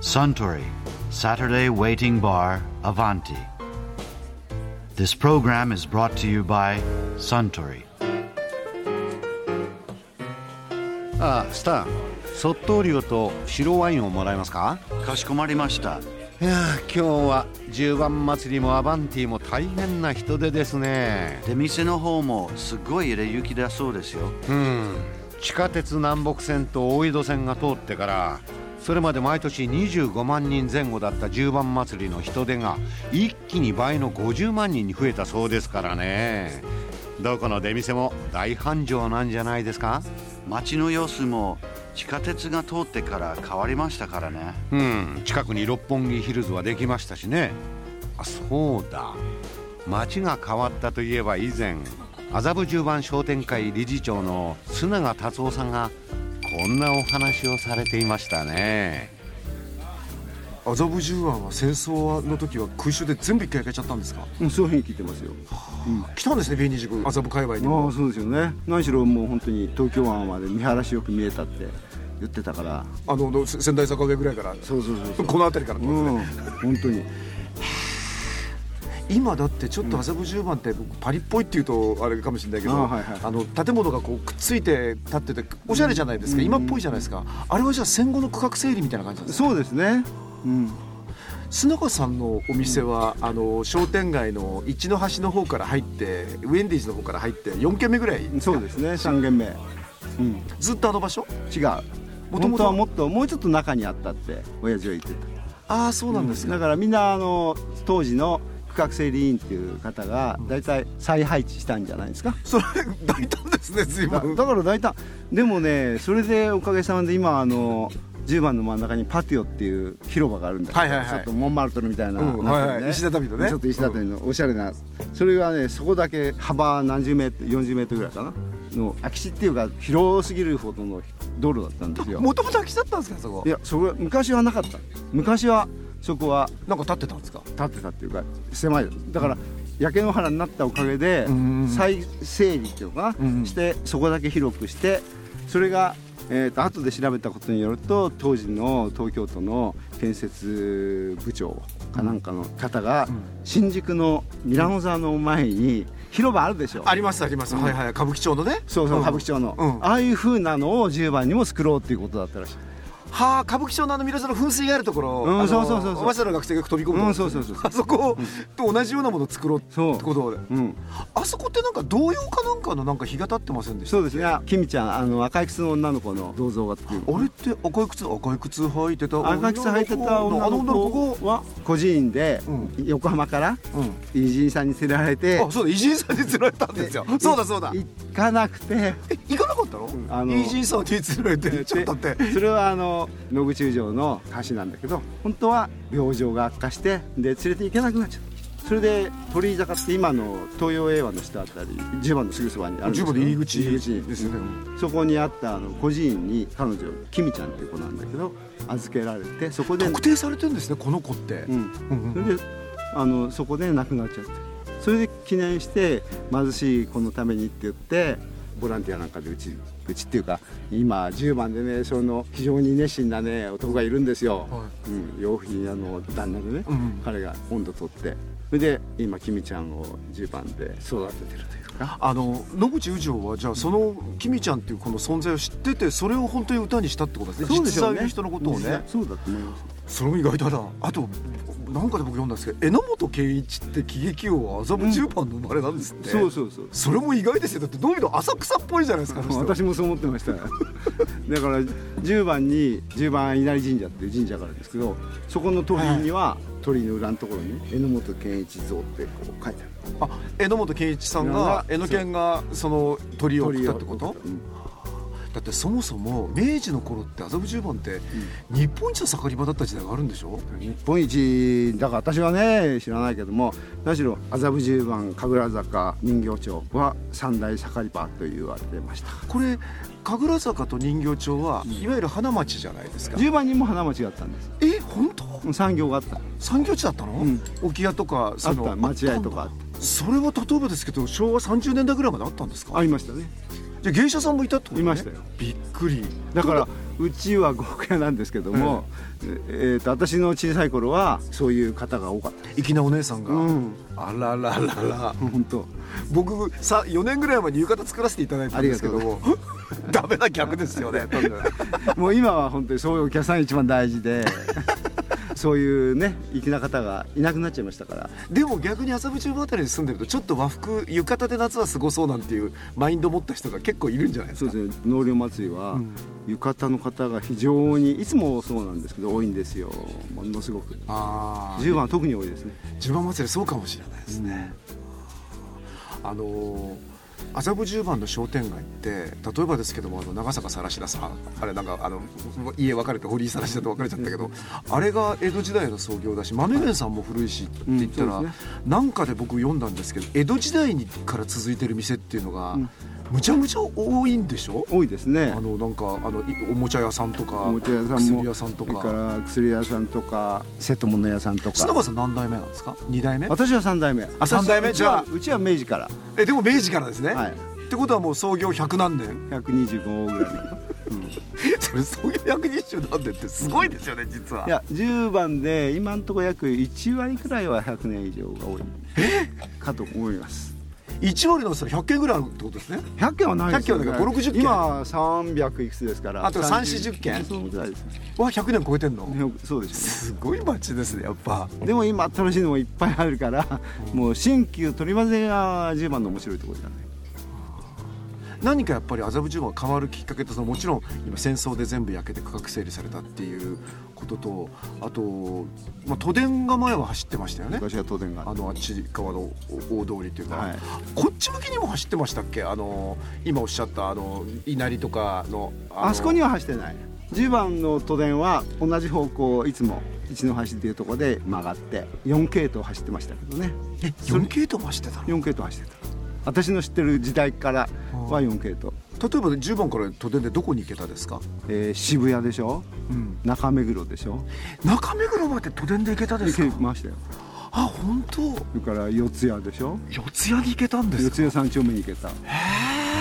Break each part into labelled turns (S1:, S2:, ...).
S1: Suntory Saturday Waiting Bar Avanti. This program is brought to you by Suntory.
S2: ああスター卒倒量と白ワインをもらえますか
S1: かしこまりました。
S2: いやあ今日は十番祭りもアバンティも大変な人手ですね
S1: で店の方もすごい売れ行きだそうですよ
S2: うん地下鉄南北線と大井戸線が通ってからそれまで毎年25万人前後だった十番祭りの人手が一気に倍の50万人に増えたそうですからねどこの出店も大繁盛なんじゃないですか
S1: 街の様子も地下鉄が通ってから変わりましたからね
S2: うん近くに六本木ヒルズはできましたしねあそうだ町が変わったといえば以前麻布十番商店会理事長の須永達夫さんがこんなお話をされていましたね
S3: 麻布十番は戦争の時は空襲で全部一回焼けちゃったんですか
S4: もうそういうふうに聞いてますよ。
S3: 来たんですね B29 麻布界隈に
S4: ああそうですよね。何しろもう本当に東京湾まで見晴らしよく見えたって言ってたから。
S3: あのの仙台坂上ぐらいから
S4: そうそうそうそう。
S3: この辺りからってことですね
S4: うん本当に。
S3: 今だってちょっと麻布十番って僕パリっぽいっていうとあれかもしれないけど、
S4: あはいはい
S3: あの建物がこうくっついて立ってておしゃれじゃないですか、今っぽいじゃないですかあれはじゃあ戦後の区画整理みたいな感じなんですか
S4: そうですね。うん。
S3: 須永さんのお店は、あの商店街の一の端の方から入ってウェンディーズの方から入って4軒目ぐらい
S4: そうですね。三軒目。うん。
S3: ずっとあの場所
S4: 違う。
S3: 元々は
S4: 本当はもっともうちょっと中にあったって親父は言ってた。
S3: ああそうなんですか、
S4: だからみんなあの当時の区画整理委員っていう方がだいたい再配置したんじゃないですか。
S3: それ大胆ですね随
S4: だ
S3: 分
S4: だから大体でもねそれでおかげさまで今あの10番の真ん中にパティオっていう広場があるんだけど、
S3: はいはいはい
S4: ちょっとモンマルトルみたいな、
S3: うん
S4: なってる
S3: はいはい石畳のね
S4: ちょっと石畳のおしゃれな、それがねそこだけ幅何十メートル40メートルぐらいかなの空き地っていうか広すぎるほどの道路だったんですよ
S3: もともと空き地だったんですかそこ
S4: いやそこ昔はなかった昔はそこは
S3: なんか立ってたんですか
S4: 立ってたっていうか狭いだから焼け野原になったおかげで
S3: ん
S4: 再整理っていうのかな、してそこだけ広くしてそれが、えー、と後で調べたことによると当時の東京都の建設部長かなんかの方が、新宿のミラノ座の前に広場あるでしょ、
S3: ありますあります、はいはい歌舞伎町のね
S4: そうそう
S3: うん
S4: 歌舞伎町の、
S3: うん
S4: ああいう風なのを10番にも作ろうっていうことだったらしい
S3: はあ歌舞伎町のあのミラノの噴水があるところ、
S4: うん
S3: あの
S4: そうそうそうそう
S3: 早稲田の学生が飛び込むところ
S4: うんそうそうそうそう
S3: あそこと同じようなものを作ろうって
S4: そう
S3: ことで
S4: うん
S3: あそこってなんか童謡かなんかのなんか日が立ってませんでした
S4: そうですねきみちゃんあの赤い靴の女の子の銅像がっていう
S3: あれって赤い靴赤い靴履いてた
S4: 赤木さん入ってた女
S3: あの女
S4: の
S3: の子
S4: 子は孤児院で
S3: う
S4: 横浜から
S3: うん
S4: 偉人さんに連れられて
S3: あそうだ偉人さんに釣られたんですよそうだそうだ
S4: 行かなくて
S3: え行かなかったの
S4: あの
S3: 偉人さんに釣られて ちょっと待って
S4: でそれはあの野口十条の橋なんだけど本当は病状が悪化してで連れて行けなくなっちゃったそれで鳥居坂って今の東洋映画の下あたり10番のすぐそばにあるんです
S3: 十
S4: けど
S3: 番の入り口
S4: 入り口に
S3: ですよね
S4: そこにあったあの孤児院に彼女きみちゃんっていう子なんだけど預けられてそこで
S3: 特定されてるんですねこの子って、
S4: うん
S3: うんうん
S4: それであのそこで亡くなっちゃってそれで記念して貧しい子のためにって言ってボランティアなんかでうちうちっていうか今10番でねその非常に熱心なね男がいるんですよ、
S3: は
S4: うん、洋服屋の旦那でね、
S3: うん
S4: 彼が温度取ってそれで今きみちゃんを10番で育ててるというか
S3: あの野口宇条はじゃあそのきみちゃんっていうこの存在を知っててそれを本当に歌にしたってことですね
S4: そうでし
S3: 実
S4: ょう
S3: 在
S4: ね
S3: の人のことを
S4: 実
S3: ね
S4: 際そうだと思います
S3: それも意外だなあとなんかで僕読んだんですけど榎本圭一って喜劇王は麻布十番の生まれなんですって、
S4: そうそうそう
S3: それも意外ですよだってどう見ても浅草っぽいじゃないですかあの人
S4: 私もそう思って ましたよだから10番に10番稲荷神社っていう神社があるんですけどそこの鳥居には、鳥居の裏のところに榎本健一像ってこう書いてある
S3: あ榎本圭一さんが
S4: いや
S3: 榎
S4: な
S3: 健がその鳥を送ったってこ
S4: 鳥居
S3: と
S4: を送ったうん
S3: だってそもそも明治の頃って麻布十番って日本一の盛り場だった時代があるんでしょ
S4: 日本一だから私はね知らないけども何しろ麻布十番神楽坂人形町は三大盛り場と言われてました
S3: これ神楽坂と人形町はいわゆる花町じゃないですか、
S4: 10番にも花町があったんです
S3: え本当
S4: 産業があった
S3: 産業地だったの、
S4: ん
S3: 置屋とか
S4: あった町合とかあ
S3: あ
S4: っ
S3: ったんだそれは例えばですけど昭和30年代ぐらいまであったんですか
S4: ありましたね
S3: じゃあ芸者さんもいたってこと、ね、
S4: いましたよ
S3: びっくり
S4: だからうちは極屋なんですけども、ええーと私の小さい頃はそういう方が多かったです
S3: 粋なお姉さんが、
S4: うん
S3: あらららら
S4: 本当
S3: 僕さ4年ぐらい前に浴衣作らせていただいたんですけども ダメな逆ですよね
S4: もう今は本当にそういうお客さんが一番大 事でそういうね粋な方がいなくなっちゃいましたから
S3: でも逆に麻布十番あたりに住んでるとちょっと和服浴衣で夏は過ごそうなんていうマインド持った人が結構いるんじゃないです
S4: そう
S3: か
S4: ですね納涼祭りは浴衣の方が非常にいつもそうなんですけど多いんですよものすごく
S3: ああ
S4: 10番は特に多いですね
S3: 十番祭りそうかもしれないですね、あのー麻布十番の商店街って例えばですけどもあの長坂さらしらさんあれなんかあの家別れて堀井さらしだと別れちゃったけどあれが江戸時代の創業だし豆源さんも古いしって言ったら、
S4: うんそうです
S3: なんかで僕読んだんですけど江戸時代にから続いてる店っていうのが、むちゃむちゃ多いんでしょ
S4: 多いですね
S3: あのなんかあのいおもちゃ屋さんとか
S4: おもちゃ屋さんも
S3: 薬屋さんと
S4: それか
S3: から
S4: 薬屋さんとか瀬戸物屋さんと
S3: 砂川
S4: か
S3: さん何代目なんですか2代目
S4: 私は三代目
S3: あ三代目
S4: 私は
S3: じ
S4: うちはうちは明治から
S3: えでも明治からですね、
S4: はい
S3: ってことはもう創業100何年
S4: 125ぐらいの
S3: それ創業120何年ってすごいですよね実はい
S4: や10番で今のところ約1割くらいは100年以上が多いかと思います
S3: 1割の人は100件ぐらいあるってことですね
S4: 100件はないです
S3: 100件はだから560件
S4: 今300いくつですから
S3: あと340件
S4: そうぐらいですね
S3: わ100年超えてんの、
S4: ねそうです
S3: すごい街ですねやっぱ
S4: ねでも今新しいのもいっぱいあるからもう新旧取り混ぜが10番の面白いところじゃない
S3: 何かやっぱり麻布十番が変わるきっかけとそのもちろん今戦争で全部焼けて価格整理されたっていうこととあと、まあ、都電が前は走ってましたよね
S4: 昔は東電が
S3: あのあっち側のお大通りというか、
S4: はい
S3: こっち向きにも走ってましたっけあの今おっしゃったあの稲荷とかのあの
S4: あそこには走ってない10番の都電は同じ方向をいつも一の橋っていうところで曲がって4系統走ってましたけどね
S3: え4系統も走ってたの
S4: 4系統走ってた私の知ってる時代からは4
S3: 例
S4: 系統、
S3: えば10番から都電でどこに行けたですか、
S4: えー渋谷でしょ中目黒でしょ
S3: 中目黒まで都電で行けたで
S4: 行
S3: す
S4: け
S3: か
S4: ましたよ
S3: あ本当
S4: それから四谷でしょ
S3: 四谷に行けたんです
S4: 四
S3: か
S4: 谷三丁目に行けたそれ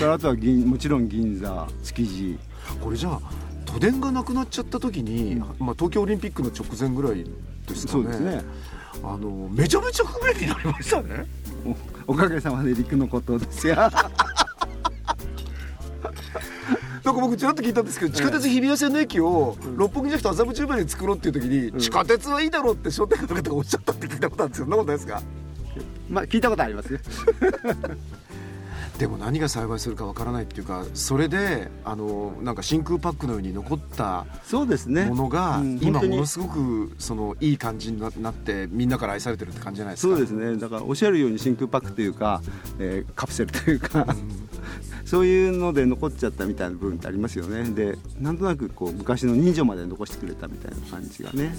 S4: からあとは銀もちろん銀座築地
S3: これじゃあ都電がなくなっちゃった時に、まあ、東京オリンピックの直前ぐらいですか
S4: そう
S3: ね
S4: ですね
S3: あのめちゃめちゃ不便になりましたね
S4: おおかげさまで陸のことで すよ
S3: なんか僕ちらっと聞いたんですけど地下鉄日比谷線の駅を六本木じゃなくて麻布十番に作ろうっていう時に、地下鉄はいいだろうって商店街の方がおっしゃったって聞いたことあるんですよそんなことないですか
S4: まあ聞いたことありますよ
S3: でも何が幸いするかわからないっていうかそれであのなんか真空パックのように残った
S4: そうですね
S3: ものが、
S4: うん
S3: 今
S4: 本当に
S3: ものすごくそのいい感じにななってみんなから愛されてるって感じじゃないです
S4: そ
S3: か
S4: うですねだからおっしゃるように真空パックというか、えーカプセルというか、そういうので残っちゃったみたいな部分ってありますよねでなんとなくこう昔の人情まで残してくれたみたいな感じがね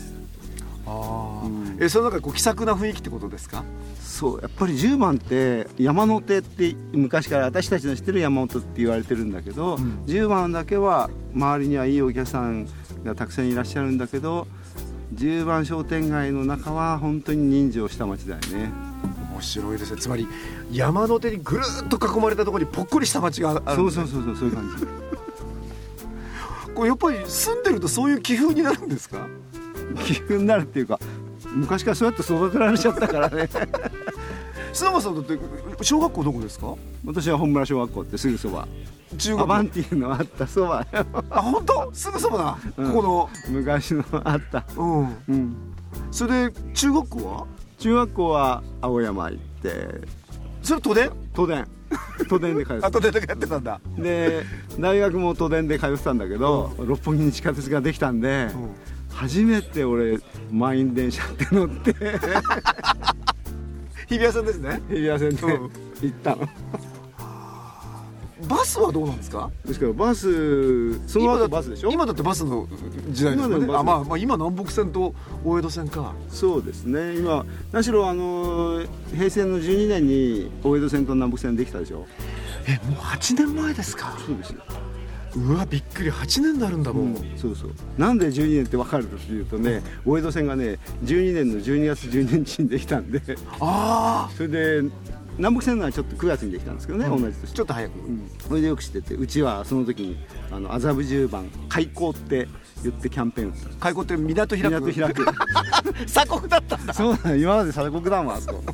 S3: あー、えその中でこう気さくな雰囲気ってことですか
S4: そうやっぱり10番って山手って昔から私たちの知ってる山手って言われてるんだけど、10番だけは周りにはいいお客さんがたくさんいらっしゃるんだけど10番商店街の中は本当に人情した街だよね
S3: 面白いですねつまり山の手にぐるーっと囲まれたところにぽっこりした町があるんですね
S4: そうそうそうそうそういう感じ
S3: これやっぱり住んでるとそういう気風になるんですか
S4: 気風になるっていうか昔からそうやって育てられちゃったか らね
S3: 砂川さんだって小学校どこですか
S4: 私は本村小学校ってすぐそば
S3: 中
S4: ア
S3: 学
S4: バンティのあったそば
S3: あ本当すぐそばだ、
S4: うん
S3: ここ
S4: 昔のあった、
S3: のうん
S4: うん、
S3: それで中学校は
S4: 中学校は青山行って
S3: それ都電
S4: 都電都電で通っ
S3: あ
S4: て
S3: 都電だけやってたんだ
S4: たで大学も都電で通ってたんだけど、六本木に地下鉄ができたんで、
S3: ん
S4: 初めて俺満員電車って乗って
S3: 日比谷線ですね
S4: 日比谷線で
S3: うん
S4: 行ったの、
S3: バスはどうなんですか
S4: ですからバスその
S3: 今だ
S4: 後
S3: って
S4: バスでしょ
S3: 今だってバスの時代ですもん
S4: 今
S3: ね
S4: でもバス
S3: あ、まあ、まあ今南北線と大江戸線か
S4: そうですね今何しろあのー平成の12年に大江戸線と南北線できたでしょ
S3: えもう8年前ですか
S4: そうですよ、
S3: うわびっくり8年になるんだもん、
S4: そうそうなんで12年って分かるかというとね大江戸線がね12年の12月12日にできたんで
S3: ああ
S4: それで南北線のはちょっと9月にできたんですけどね、
S3: うん
S4: 同じ年
S3: ちょっと早く、
S4: うんそれでよく知っててうちはその時にあの麻布十番開港って言ってキャンペーンをした
S3: 開港って港開く
S4: 港開く
S3: 鎖国だったんだ
S4: そうなの今まで鎖国だもんあそこ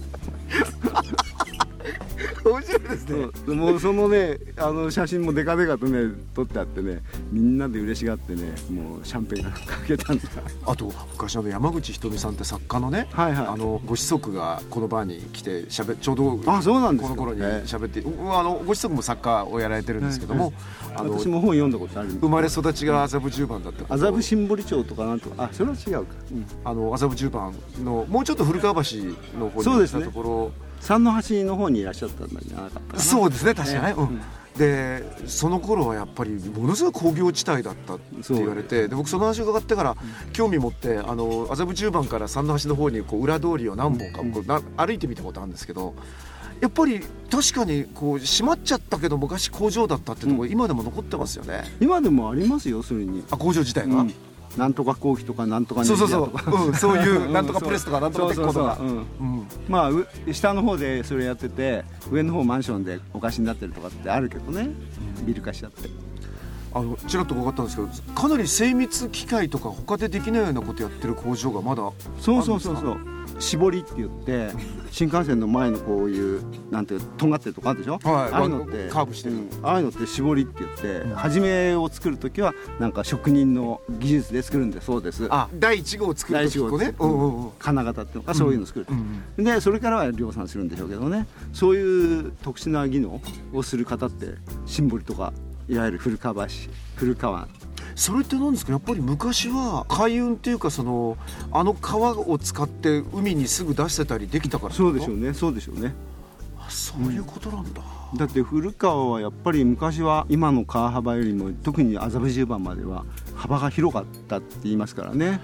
S3: 面白いですね
S4: そうもうそのねあの写真もデカデカとね撮ってあってねみんなで嬉しがってねもうシャンペーンがかけたんだ
S3: あと昔あの山口ひとみさんって作家のね、
S4: はいはい
S3: あのご子息がこのバーに来てしゃべちょうど
S4: あそうなんです
S3: こ
S4: か
S3: の頃に
S4: ええ
S3: 喋って、うあのご子息も作家をやられてるんですけども、あの
S4: 私も本読んだことあるんで
S3: 生まれ育ちが麻布十番だったこと
S4: 麻布新堀町とかなんとかあそれは違うか、うん
S3: あの麻布十番のもうちょっと古川橋の方
S4: そう
S3: に
S4: で
S3: 来
S4: す
S3: た
S4: ね
S3: とこ
S4: 三の橋の方にいらっしゃったんじゃなかった
S3: ろそうですね確かに、ねうんでその頃はやっぱりものすごい工業地帯だったって言われてで僕その話を伺ってから興味持ってあの麻布十番から三の橋の方にこう裏通りを何本かこうな歩いてみたことあるんですけどやっぱり確かにこう閉まっちゃったけど昔工場だったってところ今でも残ってますよね、
S4: 今でもありますよそれに、
S3: あ工場自体
S4: う
S3: が、
S4: んなんとか後期とかなんとか
S3: そうそう
S4: ネギ
S3: そ
S4: 屋とか
S3: う、うん、そういう
S4: うん
S3: なんとかプレスとかなんとか鉄鋼とか
S4: そうそうそううん
S3: うん
S4: まあう下の方でそれやってて上の方マンションでお貸しになってるとかってあるけどねビル化しちゃって
S3: あのちらっと伺ったんですけどかなり精密機械とか他でできないようなことやってる工場がまだ
S4: そうそうそう
S3: あるんで
S4: そう絞りって言って新幹線の前にこういうなんていうとんがってるとこあるでし
S3: は
S4: ょ、
S3: い
S4: ああいうのって
S3: カーブしてる
S4: うんああいうのって絞りって言って、初めを作る時はなんか職人の技術で作るんでそうです
S3: あ第1号を作る時とかね
S4: 第一
S3: う
S4: 号
S3: んう
S4: を
S3: んうん
S4: 金型っていうのかそういうの作る、
S3: うん
S4: でそれからは量産するんでしょうけどねそういう特殊な技能をする方ってシンボリとかいわゆる古川橋古川
S3: それって何ですかやっぱり昔は海運っていうかそのあの川を使って海にすぐ出してたりできたから
S4: そうでしょ
S3: う
S4: うねそうでしょうね
S3: そういうことなんだ、
S4: だって古川はやっぱり昔は今の川幅よりも特に麻布十番までは幅が広かったって言いますからね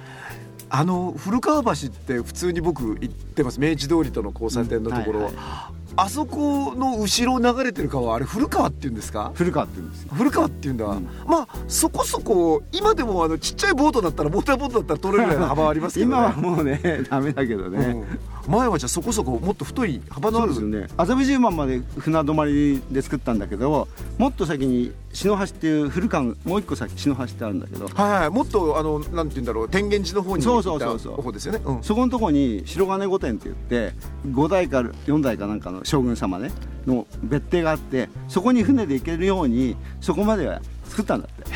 S3: あの古川橋って普通に僕行ってます明治通りとの交差点のところ、
S4: うんはい
S3: あそこの後ろを流れてる川あれ古川っていうんですか
S4: 古川って言うんですよ
S3: 古川っていうんだ、まあそこそこ今でもあのちっちゃいボートだったらモーターボートだったら取れるぐらいの幅はあります けど、ね、
S4: 今はもうね ダメだけどね、
S3: うん前はじゃあそこそこもっと太い幅の
S4: そ
S3: あ
S4: う
S3: る
S4: ですよね麻布十番まで船泊まりで作ったんだけどもっと先に篠橋っていう古川のもう一個先篠橋ってあるんだけど
S3: はいはいもっとあのなんて言うんだろう天元寺の方に
S4: そ
S3: 行
S4: うそ
S3: っ
S4: う
S3: た
S4: そうそう
S3: 方ですよねうん
S4: そこのとこに白金御殿って言って5代か4代かなんかの将軍様ねの別邸があってそこに船で行けるようにそこまでは作ったんだって、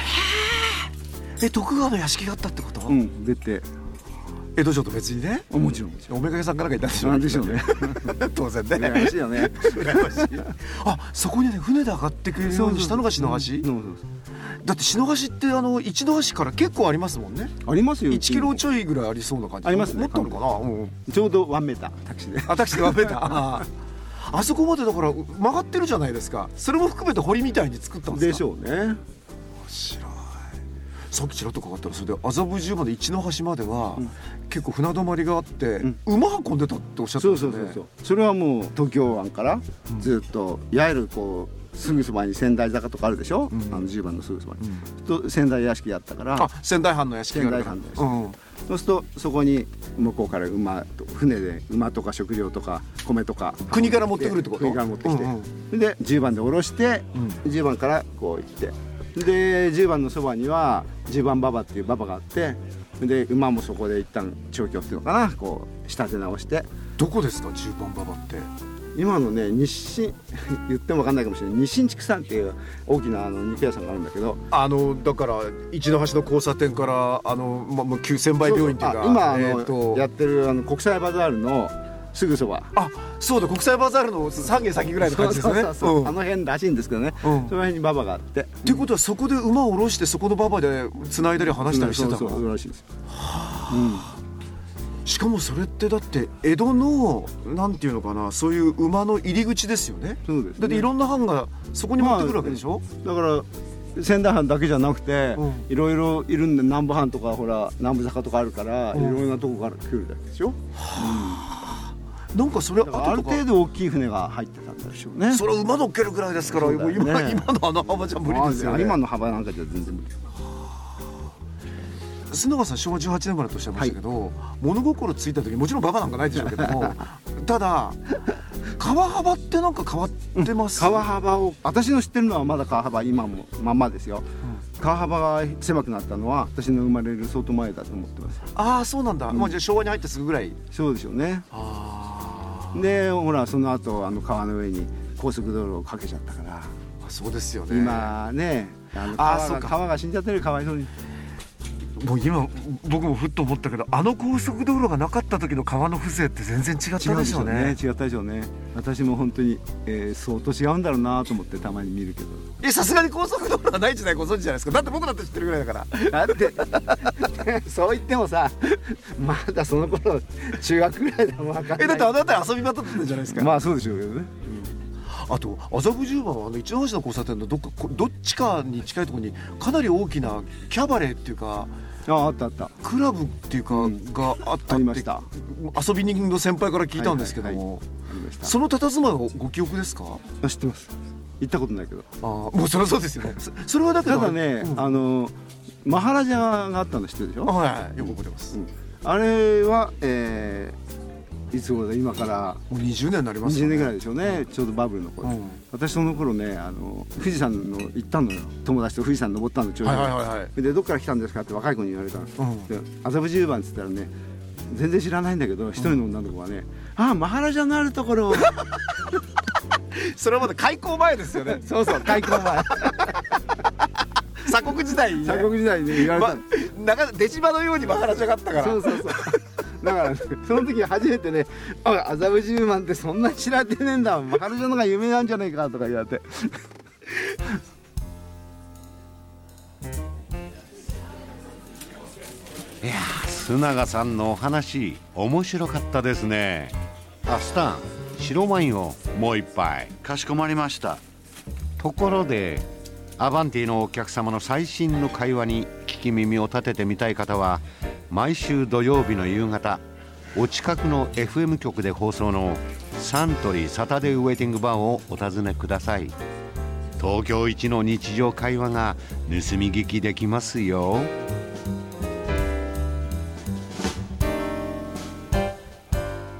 S3: え徳川の屋敷があったってこと、
S4: うん、別邸
S3: 江戸城と別にね
S4: あもちろんもち
S3: おめかげさんからがいたんでしょ
S4: なんでしょうね
S3: 当然ね
S4: 羨ましい よね
S3: 羨ましいあそこにね船で上がってくれるようにしたのが篠橋
S4: そうそう
S3: だって篠橋ってあの一度橋から結構ありますもんね
S4: そうありますよ
S3: 1キロちょいぐらいありそうな感じ
S4: ありますね
S3: もっとあるかな、うんうん、
S4: ちょうどワンメータータクシーで
S3: 私がめた あーあそこまでだからう曲がってるじゃないですかそれも含めて堀みたいに作ったんですか
S4: でしょうね
S3: 面白いさっきちらっとかかったらそれで麻布十番で一の橋までは、結構船止まりがあって、馬運んでたっておっしゃって
S4: そ
S3: ました
S4: うそ
S3: ね
S4: うそうそうそれはもう東京湾からずっと、いわゆるこうすぐそばに仙台坂とかあるでしょ、あの10番のすぐそばに、と仙台屋敷だったから
S3: あ仙台藩の屋敷があるから
S4: 仙台
S3: う
S4: 藩の
S3: ん
S4: そうするとそこに向こうから馬と船で馬とか食料とか米とか
S3: 国から持ってくるってこと
S4: 国から持ってきて、
S3: うん
S4: で10番で下ろして、
S3: ん
S4: 10番からこう行ってで10番のそばには10番馬場っていう馬場があってで馬もそこで一旦調教っていうのかなこう仕立て直して
S3: どこですか十番馬場って
S4: 今のね日清 言っても分かんないかもしれない日清畜産っていう大きなあの肉屋さんがあるんだけど
S3: あのだから一の橋の交差点からあの、ま、もう旧千倍病院っていうか
S4: あ今あの、
S3: えーと
S4: やってるあの国際バザールのすぐそば
S3: あそうだ国際バザールの3軒先ぐらいの感じですね。
S4: そうそうそう
S3: うん
S4: あの辺らしいんですけどね、
S3: うん
S4: その辺に馬場があって
S3: ってことはそこで馬を下ろしてそこの馬場で繋いだり話したりしてたの
S4: そうそうそうらしいです
S3: しかもそれってだって江戸のなんていうのかなそういう馬の入り口ですよね
S4: そうですね
S3: だっていろんな藩がそこに持ってくるわけでしょ、
S4: だから仙台藩だけじゃなくて、
S3: うん
S4: いろいろいるんで南部藩とかほら南部坂とかあるから、いろんなとこから来るだけでしょ
S3: なんかそれ
S4: だからあ
S3: 後
S4: る
S3: とか
S4: 程度大きい船が入ってたんでしょうね
S3: それは馬乗っけるぐらいですから、
S4: そうだ
S3: も
S4: よ
S3: う
S4: ね
S3: 今今のあの幅じゃ無理ですよ
S4: あ
S3: ね
S4: 今の幅なんかじゃ全然無理
S3: 須永さん昭和18年生まれ とおっしゃいましたけど、物心ついた時もちろん馬場なんかないでしょうけどもただ川幅ってなんか変わってます、
S4: 川幅を私の知ってるのはまだ川幅今もまんまですよ、川幅が狭くなったのは私の生まれる相当前だと思ってます
S3: ああそうなんだ、
S4: ん
S3: もうじゃあ昭和に入ってすぐぐらい
S4: そうでしょうね
S3: あ
S4: でほらその後あの川の上に高速道路をかけちゃったから
S3: あそうですよね
S4: 今ねあ
S3: あ
S4: の
S3: ー
S4: 川
S3: そう
S4: が
S3: か
S4: 川が死んじゃってるかわいそうに
S3: もう今
S5: 僕もふっと思ったけどあの高速道路がなかった時の川の風情って全然違っ
S4: 違
S5: た
S4: う
S5: で
S4: で
S5: し
S4: し
S5: ょ
S4: ょ
S5: う
S4: う
S5: ね
S4: ね違ったでしょうね私も本当に、えー相当違うんだろうなと思ってたまに見るけど
S3: えさすがに高速道路はない時代ご存知じゃないですかだって僕だって知ってるぐら いだから
S4: だってそう言ってもさまだその頃中学ぐらいだもん分かんない
S3: えだってあなた遊びまたってたじゃないですか、
S4: まあそうでしょうけどね
S3: あと麻布十番はあの一之橋の交差点のどっかこどっちかに近いところにかなり大きなキャバレーっていうか
S4: あああったあった
S3: クラブっていうかがあった
S4: あ
S3: っ
S4: り
S3: て
S4: ましたあ
S3: 遊び人の先輩から聞いたんですけども、
S4: はいりました
S3: その佇まいはご記憶ですか
S4: あ知ってます行ったことないけど
S3: あーもうそりゃそうですよねそそれはだけ
S4: た
S3: ど
S4: だね、
S3: うん
S4: あのマハラジャがあったの知ってるでしょ
S3: はいはいよく覚えてます、
S4: あれは、えーいつ頃だ今から
S3: もう20年になります
S4: 20
S3: よ
S4: 年ぐらいでしょうね、ちょうどバブルの頃、
S3: うん
S4: 私その頃ねあの富士山の行ったのよ友達と富士山登ったのちょうど、
S3: はいはいはいはい
S4: でどっから来たんですかって若い子に言われたの、
S3: ん
S4: で麻布十番っつったらね全然知らないんだけど一人の女の子がね「ああマハラジャのあるところ」
S3: それはまだ開港前ですよね
S4: そう そう開港前
S3: 鎖国時代に、ね、
S4: 鎖国時代にね言われたの、
S3: まなんか出島のようにマハラジャがあったから
S4: そうそうそうだから、ね、その時初めてね「あ麻布十番ってそんな知られてねえんだマハラジャの方が有名なんじゃないか」とか言われて
S2: 須永さんのお話面白かったですねあスタン白ワインをもう一杯
S1: かしこまりました
S2: ところでアバンティのお客様の最新の会話に聞き耳を立ててみたい方は毎週土曜日の夕方お近くの FM 局で放送のサントリーサタデーウェイティングバーをお尋ねください東京一の日常会話が盗み聞きできますよ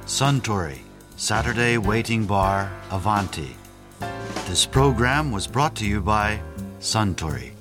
S1: Suntory, Saturday Waiting Bar, Avanti. This program was brought to you by Suntory.